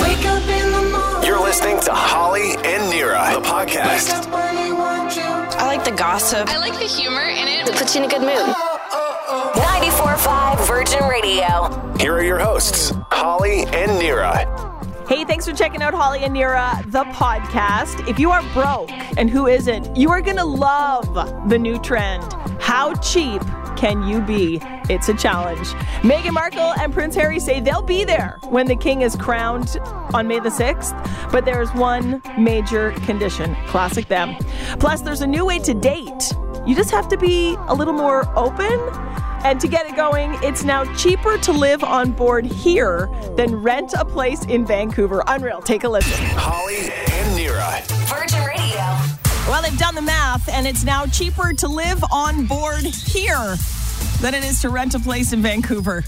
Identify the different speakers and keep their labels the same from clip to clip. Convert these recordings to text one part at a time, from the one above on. Speaker 1: Wake up in the morning.
Speaker 2: You're listening to Holly and Nira, the
Speaker 1: Wake
Speaker 2: podcast.
Speaker 1: up when you want you.
Speaker 3: I like the gossip.
Speaker 4: I like the humor in it.
Speaker 5: puts you in a good mood.
Speaker 6: 945 Virgin Radio.
Speaker 2: Here are your hosts, Holly and Nira.
Speaker 7: Hey, thanks for checking out Holly and Nira, the podcast. If you are broke, and who isn't, you are going to love the new trend. How cheap can you be? It's a challenge. Meghan Markle and Prince Harry say they'll be there when the king is crowned on May the 6th, but there is one major condition. Classic them. Plus, there's a new way to date. You just have to be a little more open. And to get it going, it's now cheaper to live on board here than rent a place in Vancouver. Unreal. Take a listen.
Speaker 2: Holly and Nira.
Speaker 6: Virgin Radio.
Speaker 7: Well, they've done the math, and it's now cheaper to live on board here than it is to rent a place in Vancouver.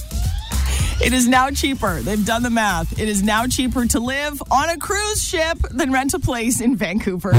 Speaker 7: It is now cheaper. They've done the math. It is now cheaper to live on a cruise ship than rent a place in Vancouver.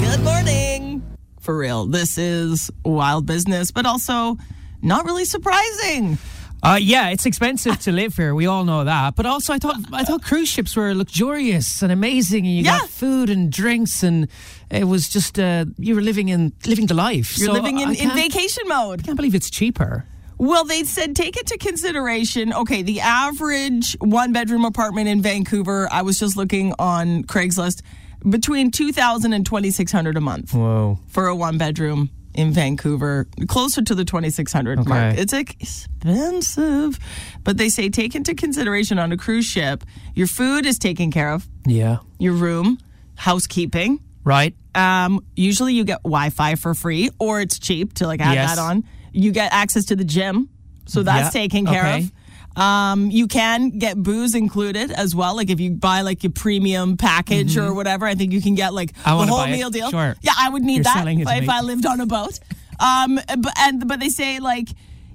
Speaker 7: Good morning. For real, this is wild business, but also not really surprising.
Speaker 8: Uh, yeah, it's expensive to live here. We all know that. But also, I thought I thought cruise ships were luxurious and amazing, and you
Speaker 7: Yeah.
Speaker 8: got food and drinks, and it was just uh, you were living in living the life.
Speaker 7: You're
Speaker 8: So
Speaker 7: living in,
Speaker 8: I
Speaker 7: in
Speaker 8: can't-
Speaker 7: vacation mode.
Speaker 8: Can't believe it's cheaper.
Speaker 7: Well, they said take into consideration, okay, the average one bedroom apartment in Vancouver, I was just looking on Craigslist, between 2000 and 2600 a month
Speaker 8: Whoa.
Speaker 7: for a one bedroom in Vancouver, closer to the 2600 mark.
Speaker 8: Okay.
Speaker 7: It's expensive. But they say take into consideration on a cruise ship, your food is taken care of,
Speaker 8: Yeah.
Speaker 7: your room, housekeeping,
Speaker 8: Right.
Speaker 7: um, usually you get Wi-Fi for free, or it's cheap to like add
Speaker 8: Yes.
Speaker 7: that on. You get access to the gym, so that's
Speaker 8: Yeah,
Speaker 7: taken care
Speaker 8: okay.
Speaker 7: of. Um, you can get booze included as well. Like if you buy like a premium package or whatever, I think you can get like
Speaker 8: Mm-hmm. I
Speaker 7: the
Speaker 8: wanna
Speaker 7: whole
Speaker 8: buy it.
Speaker 7: meal deal.
Speaker 8: Sure.
Speaker 7: Yeah, I would need
Speaker 8: You're
Speaker 7: that
Speaker 8: selling it
Speaker 7: if,
Speaker 8: to
Speaker 7: if
Speaker 8: me.
Speaker 7: I lived on a boat. Um, but and but they say like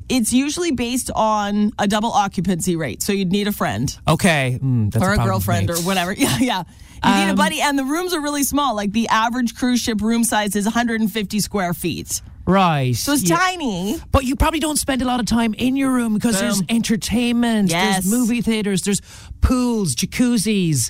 Speaker 7: it's usually based on a double occupancy rate, so you'd need a friend
Speaker 8: Okay. Mm, that's
Speaker 7: or a
Speaker 8: problem for
Speaker 7: girlfriend
Speaker 8: me.
Speaker 7: or whatever. Yeah, yeah. You need a
Speaker 8: Um,
Speaker 7: buddy, and the rooms are really small. Like the average cruise ship room size is 150 square feet,
Speaker 8: Right.
Speaker 7: so it's
Speaker 8: yeah.
Speaker 7: tiny.
Speaker 8: But you probably don't spend a lot of time in your room because there's
Speaker 7: Boom.
Speaker 8: entertainment,
Speaker 7: Yes.
Speaker 8: there's movie theaters, there's pools, jacuzzis,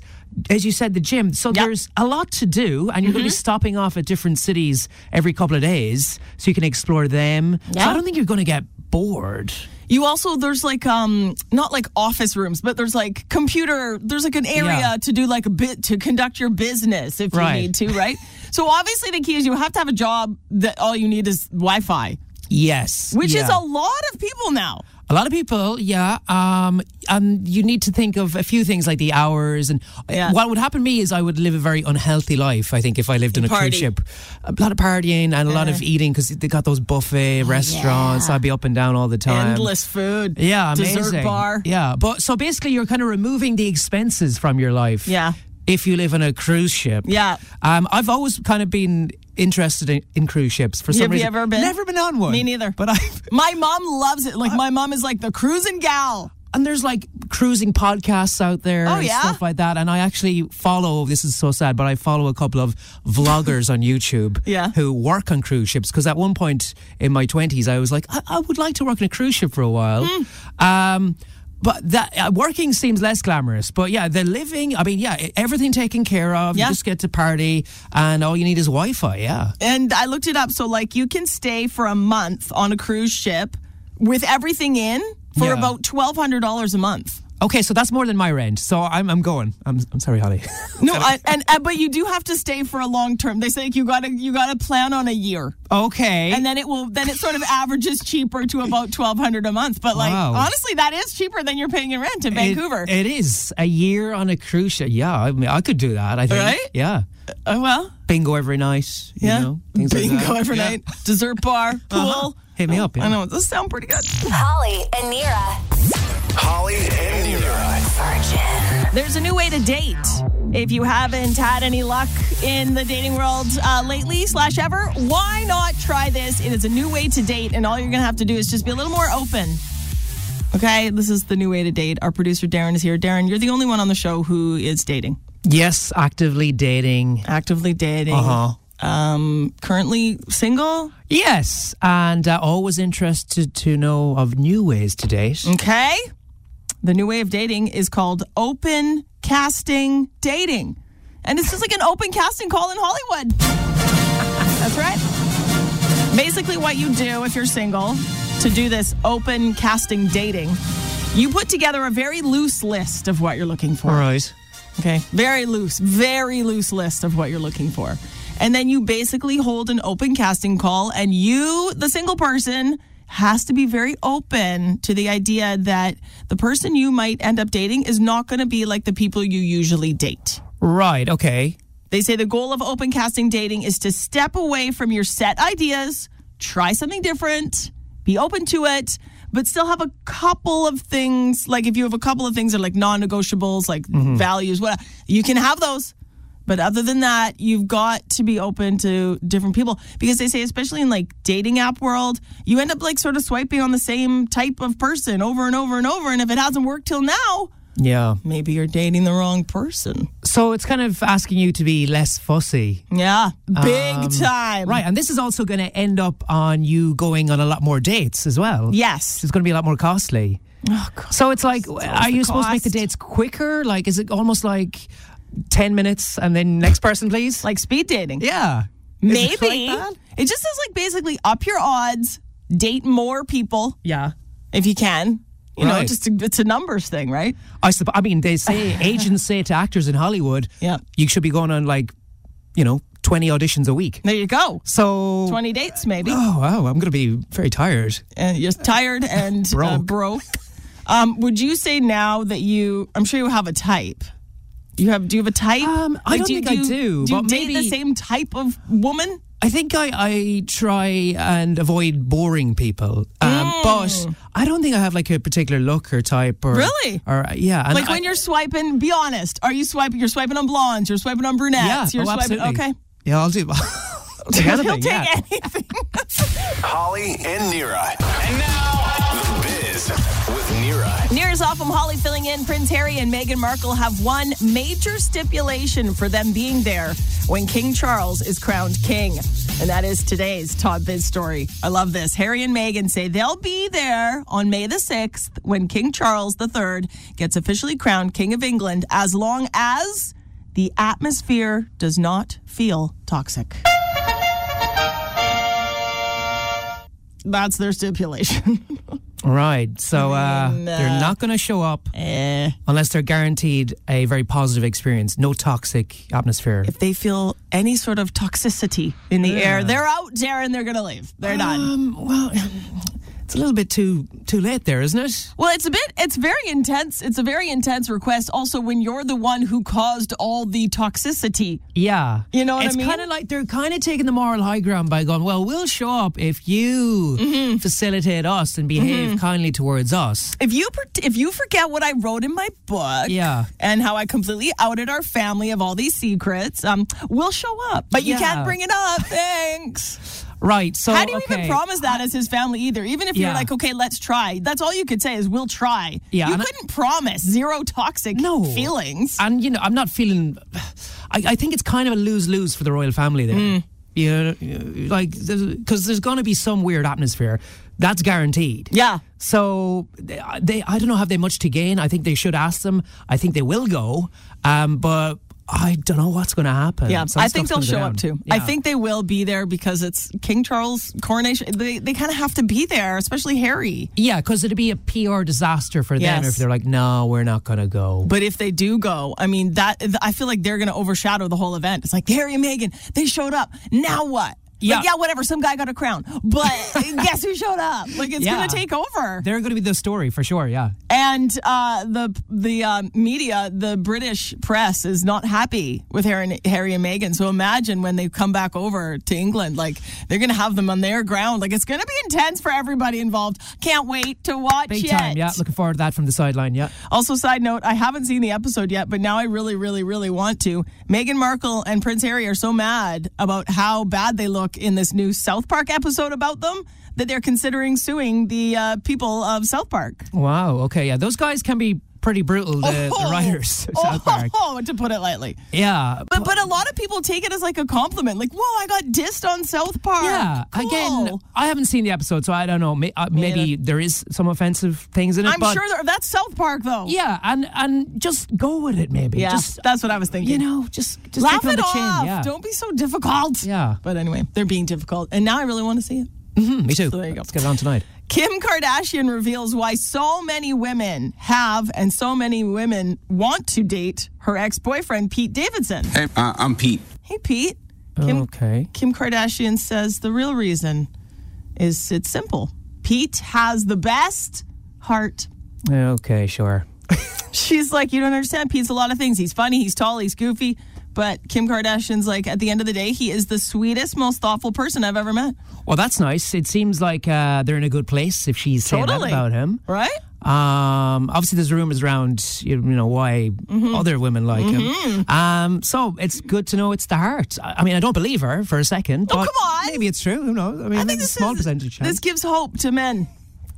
Speaker 8: as you said, the gym. So
Speaker 7: Yep. Mm-hmm.
Speaker 8: there's a lot to do, and you're going to be stopping off at different cities every couple of days so you can explore them. So
Speaker 7: Yeah.
Speaker 8: I don't think you're going to get bored.
Speaker 7: You also there's like um not like office rooms, but there's like computer. There's like an area
Speaker 8: Yeah.
Speaker 7: to do like a bit to conduct your business if
Speaker 8: Right.
Speaker 7: you need to, right? so obviously the key is you have to have a job that all you need is Wi-Fi,
Speaker 8: Yes.
Speaker 7: which is
Speaker 8: yeah.
Speaker 7: a lot of people now.
Speaker 8: A lot of people, yeah. Um, and you need to think of a few things like the hours. And
Speaker 7: Yeah.
Speaker 8: what would happen to me is I would live a very unhealthy life, I think, if I lived on a
Speaker 7: Party.
Speaker 8: cruise ship. A lot of partying and a lot of eating because they got those buffet restaurants. I'd be up and down all the time.
Speaker 7: Oh, Endless food,
Speaker 8: Um, Yeah, amazing.
Speaker 7: dessert bar.
Speaker 8: Yeah, but so basically, you're kind of removing the expenses from your life.
Speaker 7: Yeah.
Speaker 8: If you live on a cruise ship.
Speaker 7: Yeah.
Speaker 8: Um, I've always kind of been interested in, in cruise ships for some
Speaker 7: Have you
Speaker 8: reason.
Speaker 7: ever been?
Speaker 8: Never been on one.
Speaker 7: Me neither.
Speaker 8: But I've
Speaker 7: My mom loves it. Like my mom is like the cruising gal.
Speaker 8: and there's like cruising podcasts out there
Speaker 7: Oh,
Speaker 8: and
Speaker 7: yeah?
Speaker 8: stuff like that and i actually follow this is so sad but i follow a couple of vloggers on youtube
Speaker 7: Yeah.
Speaker 8: who work on cruise ships because at one point in my 20s i was like i, I would like to work on a cruise ship for a while
Speaker 7: Hmm.
Speaker 8: um but that uh, working seems less glamorous. But yeah, the living, I mean, yeah, e-, everything taken care of.
Speaker 7: Yeah.
Speaker 8: You just get to party and all you need is Wi Fi. Yeah.
Speaker 7: And I looked it up. So, like, you can stay for a month on a cruise ship with everything in for
Speaker 8: Yeah.
Speaker 7: about $1,200 a month.
Speaker 8: Okay, so that's more than my rent. So I'm, I'm going. I'm, I'm sorry, Holly.
Speaker 7: No, I, and, and but you do have to stay for a long term. They say like, you gotta you gotta plan on a year,
Speaker 8: okay.
Speaker 7: and then it will then it sort of averages cheaper to about twelve hundred a month. But like
Speaker 8: Wow.
Speaker 7: honestly, that is cheaper than you're paying in rent in
Speaker 8: It-
Speaker 7: Vancouver.
Speaker 8: it is a year on a cruise ship. Yeah, I mean, I could do that. I think.
Speaker 7: Right?
Speaker 8: Yeah,
Speaker 7: oh well,
Speaker 8: bingo every night. You
Speaker 7: yeah,
Speaker 8: know, things like
Speaker 7: bingo
Speaker 8: that.
Speaker 7: every
Speaker 8: Yeah.
Speaker 7: night, dessert bar, pool.
Speaker 8: Hit me up. Yeah.
Speaker 7: I know those sound pretty good.
Speaker 6: Holly and Nira.
Speaker 2: Holly and Nira.
Speaker 6: Virgin.
Speaker 7: There's a new way to date. If you haven't had any luck in the dating world uh, lately slash ever, why not try this? It is a new way to date, and all you're gonna have to do is just be a little more open. Okay, this is the new way to date. Our producer Darren is here. Darren, you're the only one on the show who is dating,
Speaker 8: Yes, actively dating.
Speaker 7: actively dating.
Speaker 8: Uh huh.
Speaker 7: Um, currently single.
Speaker 8: Yes, and uh, always interested to know of new ways to date.
Speaker 7: Okay. The new way of dating is called open casting dating. And it's just like an open casting call in Hollywood. That's right. Basically, what you do if you're single to do this open casting dating, you put together a very loose list of what you're looking for.
Speaker 8: All right.
Speaker 7: Okay. Very loose, very loose list of what you're looking for. And then you basically hold an open casting call, and you, the single person, has to be very open to the idea that the person you might end up dating is not going to be like the people you usually date.
Speaker 8: Right. Okay.
Speaker 7: They say the goal of open casting dating is to step away from your set ideas, try something different, be open to it, but still have a couple of things. Like if you have a couple of things that are like non negotiables, like values, what you can have those. But other than that, you've got to be open to different people because they say, especially in like dating app world, you end up like sort of swiping on the same type of person over and over and over. And if it hasn't worked till now,
Speaker 8: Yeah.
Speaker 7: maybe you're dating the wrong person.
Speaker 8: So it's kind of asking you to be less fussy.
Speaker 7: Yeah, big time.
Speaker 8: Right. And this is also going to end up on you going on a lot more dates as well.
Speaker 7: Yes.
Speaker 8: It's going to be a lot more costly.
Speaker 7: Oh, God.
Speaker 8: So it's like, are you supposed to make the
Speaker 7: cost.
Speaker 8: dates quicker? Like, is it almost like 10 minutes and then next person, please?
Speaker 7: Like speed dating.
Speaker 8: yeah. Is
Speaker 7: Maybe. It,
Speaker 8: it like that?
Speaker 7: just says, like, basically up your odds, date more people
Speaker 8: Yeah.
Speaker 7: if you can. You know,
Speaker 8: Right.
Speaker 7: just a, it's a numbers thing, right?
Speaker 8: I, supp- I mean, they say, agents say to actors in Hollywood,
Speaker 7: Yeah.
Speaker 8: you should be going on like, you know, 20 auditions a week.
Speaker 7: There you go.
Speaker 8: So,
Speaker 7: 20 dates, maybe.
Speaker 8: oh, wow, I'm going to be very tired.
Speaker 7: and you're tired and Uh,
Speaker 8: Broke.
Speaker 7: broke. Um, would you say now that you? I'm sure you have a type. You have? Do you have a type?
Speaker 8: Um, I don't
Speaker 7: you-
Speaker 8: think I
Speaker 7: you-
Speaker 8: do,
Speaker 7: Do you
Speaker 8: but
Speaker 7: date the
Speaker 8: maybe-
Speaker 7: same type of woman?
Speaker 8: I think I, I try and avoid boring people, um, but I don't think I have like a particular look or type or
Speaker 7: Mm. Really?
Speaker 8: or yeah. and
Speaker 7: Like
Speaker 8: I-
Speaker 7: when you're swiping, be honest. Are you swiping? You're swiping on blondes. You're swiping on brunettes.
Speaker 8: yeah,
Speaker 7: you're
Speaker 8: oh,
Speaker 7: swiping.
Speaker 8: absolutely.
Speaker 7: Okay.
Speaker 8: Yeah, I'll do.
Speaker 7: He'll
Speaker 8: anything,
Speaker 7: take
Speaker 8: yeah.
Speaker 7: anything.
Speaker 2: Holly and Nira. And now, The Biz with Nira.
Speaker 7: Nears off from Holly filling in. Prince Harry and Meghan Markle have one major stipulation for them being there when King Charles is crowned king. And that is today's Todd Biz story. I love this. Harry and Meghan say they'll be there on May the 6th when King Charles III gets officially crowned King of England as long as the atmosphere does not feel toxic. That's their stipulation.
Speaker 8: Right. So uh, they're not going to show up
Speaker 7: Eh.
Speaker 8: unless they're guaranteed a very positive experience, no toxic atmosphere.
Speaker 7: if they feel any sort of toxicity in the air, they're out, Darren. They're gonna leave. They're done.
Speaker 8: Um, well, it's a little bit too too late there, isn't it?
Speaker 7: Well, it's a bit. It's very intense. It's a very intense request. Also, when you're the one who caused all the toxicity,
Speaker 8: Yeah.
Speaker 7: You know what I
Speaker 8: it's
Speaker 7: mean?
Speaker 8: kind of like they're kind of taking the moral high ground by going, well, we'll show up if you facilitate us and behave kindly towards us.
Speaker 7: if you per- if you forget what I wrote in my book,
Speaker 8: Yeah.
Speaker 7: and how I completely outed our family of all these secrets, um, we'll show up, but you
Speaker 8: Yeah.
Speaker 7: can't bring it up. Thanks.
Speaker 8: Right. So,
Speaker 7: How do you even
Speaker 8: okay.
Speaker 7: promise that as his family either? Even if you're
Speaker 8: Yeah.
Speaker 7: like, okay, let's try. That's all you could say is we'll try.
Speaker 8: Yeah,
Speaker 7: you
Speaker 8: and I-
Speaker 7: couldn't promise zero toxic
Speaker 8: No.
Speaker 7: feelings.
Speaker 8: And, you know, I'm not feeling. I, I think it's kind of a lose lose for the royal family there.
Speaker 7: Mm.
Speaker 8: You know, like, because there's going to be some weird atmosphere. That's guaranteed.
Speaker 7: yeah.
Speaker 8: So they, uh, they, I don't know, have they much to gain? I think they should ask them. I think they will go, um, but I don't know what's going to happen.
Speaker 7: Yeah,
Speaker 8: Some
Speaker 7: I think they'll
Speaker 8: stuff's
Speaker 7: show
Speaker 8: gonna go
Speaker 7: up
Speaker 8: down.
Speaker 7: too. I
Speaker 8: Yeah.
Speaker 7: think they will be there because it's King Charles' coronation. They, they kind of have to be there, especially Harry.
Speaker 8: Yeah, because it'd be a PR disaster for them
Speaker 7: Yes.
Speaker 8: if they're like, no, we're not going to go.
Speaker 7: But if they do go, I mean, that th- I feel like they're going to overshadow the whole event. It's like Harry and Meghan, they showed up. Now what?
Speaker 8: Yeah.
Speaker 7: Like, yeah, whatever. Some guy got a crown, but guess who showed up? Like it's
Speaker 8: Yeah.
Speaker 7: going to take over.
Speaker 8: they're going to be the story for sure. Yeah.
Speaker 7: And uh, the the um, media, the British press, is not happy with Harry and, Harry and Meghan. So imagine when they come back over to England, like they're going to have them on their ground. Like it's going to be intense for everybody involved. Can't wait to watch
Speaker 8: Big
Speaker 7: it.
Speaker 8: time. Yeah. Looking forward to that from the sideline. Yeah.
Speaker 7: Also, side note, I haven't seen the episode yet, but now I really, really, really want to. Meghan Markle and Prince Harry are so mad about how bad they look in this new South Park episode about them that they're considering suing the uh, people of South Park.
Speaker 8: Wow. Okay. Yeah. Those guys can be pretty brutal, the, the writers of South Park.
Speaker 7: Oh, to put it lightly.
Speaker 8: Yeah.
Speaker 7: But but a lot of people take it as like a compliment. Like, whoa, I got dissed on South Park.
Speaker 8: yeah,
Speaker 7: Cool.
Speaker 8: again, I haven't seen the episode, so I don't know. May, uh, maybe there is some offensive things in it.
Speaker 7: I'm
Speaker 8: but
Speaker 7: sure there, that's South Park though.
Speaker 8: Yeah, and and just go with it, maybe.
Speaker 7: Yeah,
Speaker 8: Just
Speaker 7: that's what I was thinking.
Speaker 8: you know, just just
Speaker 7: laugh
Speaker 8: take it on
Speaker 7: it
Speaker 8: the
Speaker 7: off.
Speaker 8: chin. Yeah.
Speaker 7: Don't be so difficult.
Speaker 8: Yeah.
Speaker 7: But anyway, they're being difficult, and now I really want to see it.
Speaker 8: Mm, me too.
Speaker 7: there you go.
Speaker 8: Let's get it on tonight.
Speaker 7: Kim Kardashian reveals why so many women have and so many women want to date her ex-boyfriend Pete Davidson.
Speaker 4: Hey, uh, I'm Pete.
Speaker 7: Hey, Pete. Kim,
Speaker 8: Okay.
Speaker 7: Kim Kardashian says the real reason is it's simple. Pete has the best heart.
Speaker 8: Okay, sure.
Speaker 7: She's like, you don't understand. Pete's a lot of things. He's funny. He's tall. He's goofy. But Kim Kardashian's like, at the end of the day, he is the sweetest, most thoughtful person I've ever met.
Speaker 8: Well, that's nice. It seems like uh, they're in a good place if she's saying that
Speaker 7: Totally.
Speaker 8: about him.
Speaker 7: Right?
Speaker 8: Um, obviously, there's rumors around you know why
Speaker 7: Mm-hmm.
Speaker 8: other women like him. Um, so it's good to know it's the heart. I I mean, I don't believe her for a second.
Speaker 7: Oh,
Speaker 8: but
Speaker 7: come on.
Speaker 8: Maybe it's true. Who knows? I mean, it's a small
Speaker 7: is-
Speaker 8: percentage chance.
Speaker 7: This gives hope to men.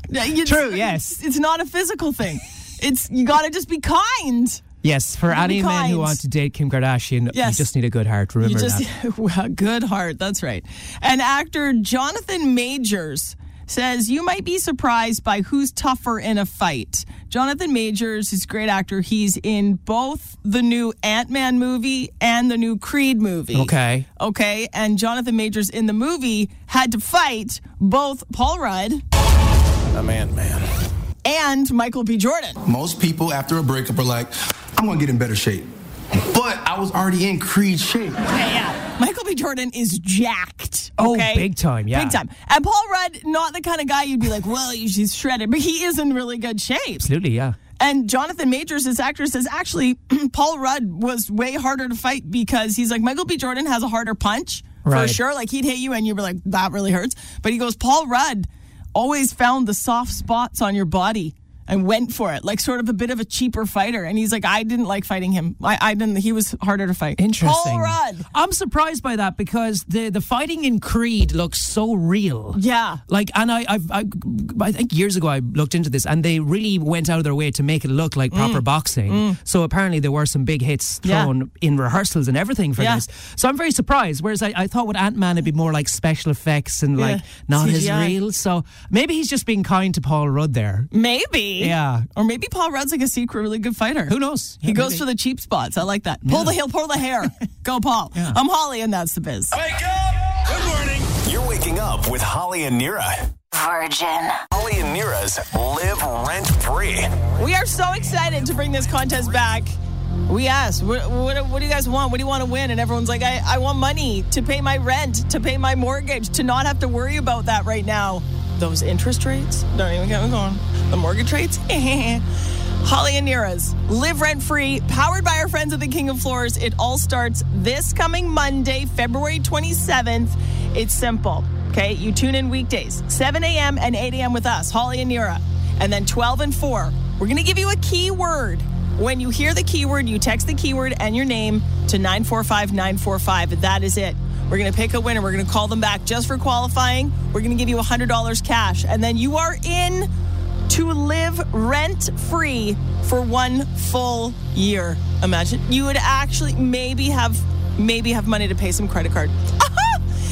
Speaker 7: Yeah, you-
Speaker 8: True, yes.
Speaker 7: It's, it's not a physical thing. It's you got to just be kind.
Speaker 8: yes, for
Speaker 7: be
Speaker 8: any men who
Speaker 7: kind.
Speaker 8: want to date Kim Kardashian,
Speaker 7: Yes.
Speaker 8: you just need a good heart. Remember
Speaker 7: You just
Speaker 8: that.
Speaker 7: well, good heart. That's right. And actor Jonathan Majors says you might be surprised by who's tougher in a fight. Jonathan Majors is a great actor. He's in both the new Ant Man movie and the new Creed movie.
Speaker 8: Okay.
Speaker 7: Okay. And Jonathan Majors in the movie had to fight both Paul Rudd
Speaker 2: I'm Ant Man.
Speaker 7: and Michael B. Jordan.
Speaker 4: Most people after a breakup are like, I'm gonna get in better shape. But I was already in Creed shape.
Speaker 7: Michael B. Jordan is jacked.
Speaker 8: Oh,
Speaker 7: okay?
Speaker 8: big time, yeah.
Speaker 7: Big time. And Paul Rudd, not the kind of guy you'd be like, well, he's shredded, but he is in really good shape.
Speaker 8: Absolutely, yeah.
Speaker 7: And Jonathan Majors, his actor, says actually, Paul Rudd was way harder to fight because he's like, Michael B. Jordan has a harder punch for
Speaker 8: Right.
Speaker 7: sure. Like, he'd hit you and you were like, that really hurts. But he goes, Paul Rudd always found the soft spots on your body. And went for it, like sort of a bit of a cheaper fighter. And he's like, I didn't like fighting him. I, I didn't. He was harder to fight.
Speaker 8: Interesting.
Speaker 7: Paul Rudd.
Speaker 8: I'm surprised by that because the the fighting in Creed looks so real.
Speaker 7: Yeah.
Speaker 8: Like, and I, I've, I, I think years ago I looked into this, and they really went out of their way to make it look like proper boxing. So apparently there were some big hits
Speaker 7: Mm. Yeah.
Speaker 8: thrown in rehearsals and everything for
Speaker 7: Yeah.
Speaker 8: this. So I'm very surprised. Whereas I, I thought with Ant Man it'd be more like special effects and like
Speaker 7: Yeah.
Speaker 8: not as
Speaker 7: CGI.
Speaker 8: real. So maybe he's just being kind to Paul Rudd
Speaker 7: Mm.
Speaker 8: there.
Speaker 7: Maybe.
Speaker 8: Yeah.
Speaker 7: Or maybe Paul Rudd's like a secret really good fighter.
Speaker 8: Who knows?
Speaker 7: He
Speaker 8: Yeah,
Speaker 7: goes
Speaker 8: maybe.
Speaker 7: for the cheap spots. I like that. Pull the heel, pull the hair. Go, Paul. I'm Holly, and that's the biz.
Speaker 2: Wake up! Good morning. You're waking up with Holly and Nira.
Speaker 6: Virgin.
Speaker 2: Holly and Nira's Live Rent Free.
Speaker 7: We are so excited to bring this contest back. We asked, what, what, what do you guys want? What do you want to win? And everyone's like, I, I want money to pay my rent, to pay my mortgage, to not have to worry about that right now. Those interest rates, don't even get me going. The mortgage rates, Holly and Nira's Live Rent Free, powered by our friends at the King of Floors. It all starts this coming Monday, February 27th. It's simple, okay? You tune in weekdays, 7 a.m. and 8 a.m. with us, Holly and Nira. And then 12 and 4, we're going to give you a keyword. When you hear the keyword, you text the keyword and your name to 945 945. That is it. We're going to pick a winner. We're going to call them back just for qualifying. We're going to give you $100 cash. And then you are in to live rent free for one full year. Imagine you would actually maybe have maybe have money to pay some credit card.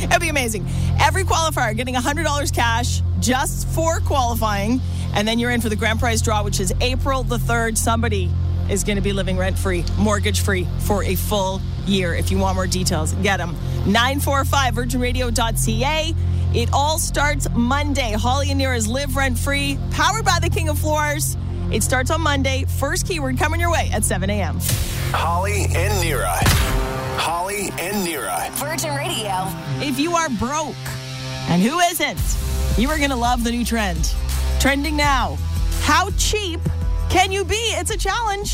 Speaker 7: It'd be amazing. Every qualifier getting $100 cash just for qualifying and then you're in for the grand prize draw which is April the 3rd. Somebody is going to be living rent free, mortgage free for a full year. If you want more details, get them. 945virginradio.ca. It all starts Monday. Holly and Nira's Live Rent Free, powered by the King of Floors. It starts on Monday. First keyword coming your way at 7 a.m.
Speaker 2: Holly and Nira. Holly and Nira.
Speaker 6: Virgin Radio.
Speaker 7: If you are broke, and who isn't, you are going to love the new trend. Trending now. How cheap can you be? It's a challenge.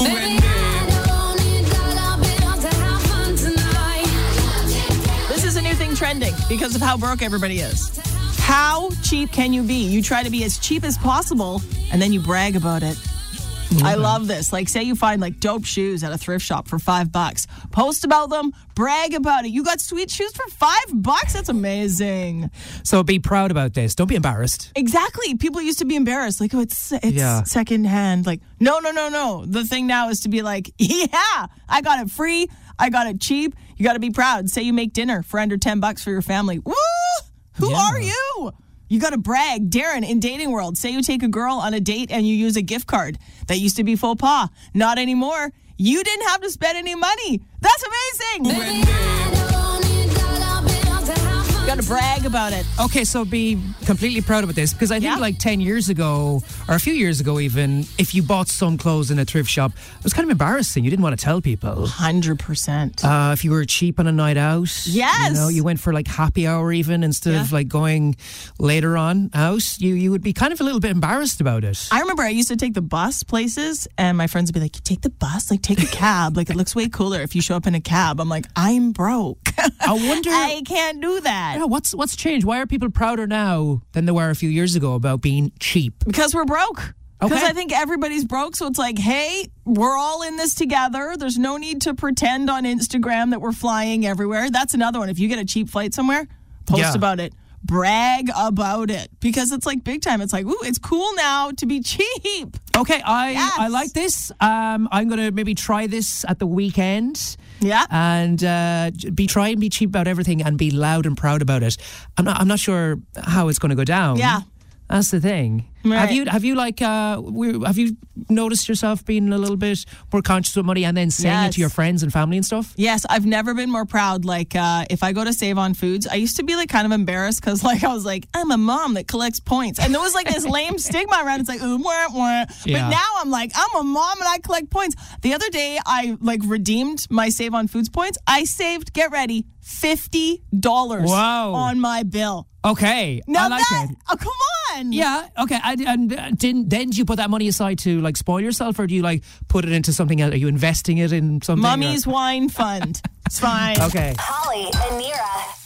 Speaker 7: This is a new thing trending because of how broke everybody is. How cheap can you be? You try to be as cheap as possible and then you brag about it. I love this. Like, say you find like dope shoes at a thrift shop for five bucks. Post about them, brag about it. You got sweet shoes for five bucks? That's amazing.
Speaker 8: So be proud about this. Don't be embarrassed.
Speaker 7: Exactly. People used to be embarrassed, like, oh, it's it's
Speaker 8: Yeah.
Speaker 7: secondhand. Like, no, no, no, no. The thing now is to be like, yeah, I got it free. I got it cheap. You got to be proud. Say you make dinner for under ten bucks for your family. Woo! Who
Speaker 8: Yeah.
Speaker 7: are you? You got to brag, Darren. In dating world, say you take a girl on a date and you use a gift card. That used to be faux pas. Not anymore. You didn't have to spend any money. That's amazing. You got to brag about it. Oh,
Speaker 8: Okay, so be completely proud about this because I think
Speaker 7: Yeah.
Speaker 8: like 10 years ago or a few years ago even if you bought some clothes in a thrift shop it was kind of embarrassing you didn't want to tell people
Speaker 7: Hundred percent.
Speaker 8: uh, if you were cheap on a night out
Speaker 7: Yes.
Speaker 8: you know you went for like happy hour even instead of
Speaker 7: Yeah.
Speaker 8: like going later on out you you would be kind of a little bit embarrassed about it
Speaker 7: I remember I used to take the bus places, and my friends would be like, "You take the bus, like take a cab. Like it looks way cooler if you show up in a cab." I'm like, "I'm broke.
Speaker 8: I wonder
Speaker 7: I can't do
Speaker 8: Yeah,
Speaker 7: that
Speaker 8: what's what's changed why are people prouder now than they were a few years ago about being cheap
Speaker 7: because we're broke." Because
Speaker 8: Okay.
Speaker 7: I think everybody's broke, so it's like, hey, we're all in this together. There's no need to pretend on Instagram that we're flying everywhere. That's another one. If you get a cheap flight somewhere, post
Speaker 8: Yeah.
Speaker 7: about it, brag about it, because it's like big time. It's like, ooh, it's cool now to be cheap.
Speaker 8: Okay, I
Speaker 7: Yes.
Speaker 8: I like this. Um, I'm gonna maybe try this at the weekend.
Speaker 7: Yeah.
Speaker 8: and uh, j- be try and be cheap about everything and be loud and proud about it. I'm not I'm not sure how it's gonna go down.
Speaker 7: Yeah.
Speaker 8: that's the thing. Have
Speaker 7: Right.
Speaker 8: you have you like uh, we, have you noticed yourself being a little bit more conscious with money and then saying it
Speaker 7: Yes.
Speaker 8: to your friends and family and stuff?
Speaker 7: Yes, I've never been more proud. Like, uh, if I go to Save on Foods, I used to be like kind of embarrassed because, like, I was like, I'm a mom that collects points, and there was like this lame stigma around. It's like, ooh, wah, wah.
Speaker 8: Yeah.
Speaker 7: but now I'm like, I'm a mom and I collect points. The other day, I like redeemed my Save on Foods points. I saved, get ready, fifty dollars
Speaker 8: Wow.
Speaker 7: on my bill.
Speaker 8: Okay,
Speaker 7: Now
Speaker 8: I like
Speaker 7: that,
Speaker 8: it.
Speaker 7: oh come on,
Speaker 8: Yeah. Okay. I, and uh, didn't then do you put that money aside to like spoil yourself, or do you like put it into something else? Are you investing it in something? or-
Speaker 7: Mummy's Wine Fund. It's fine.
Speaker 8: Okay.
Speaker 6: Holly and Nira.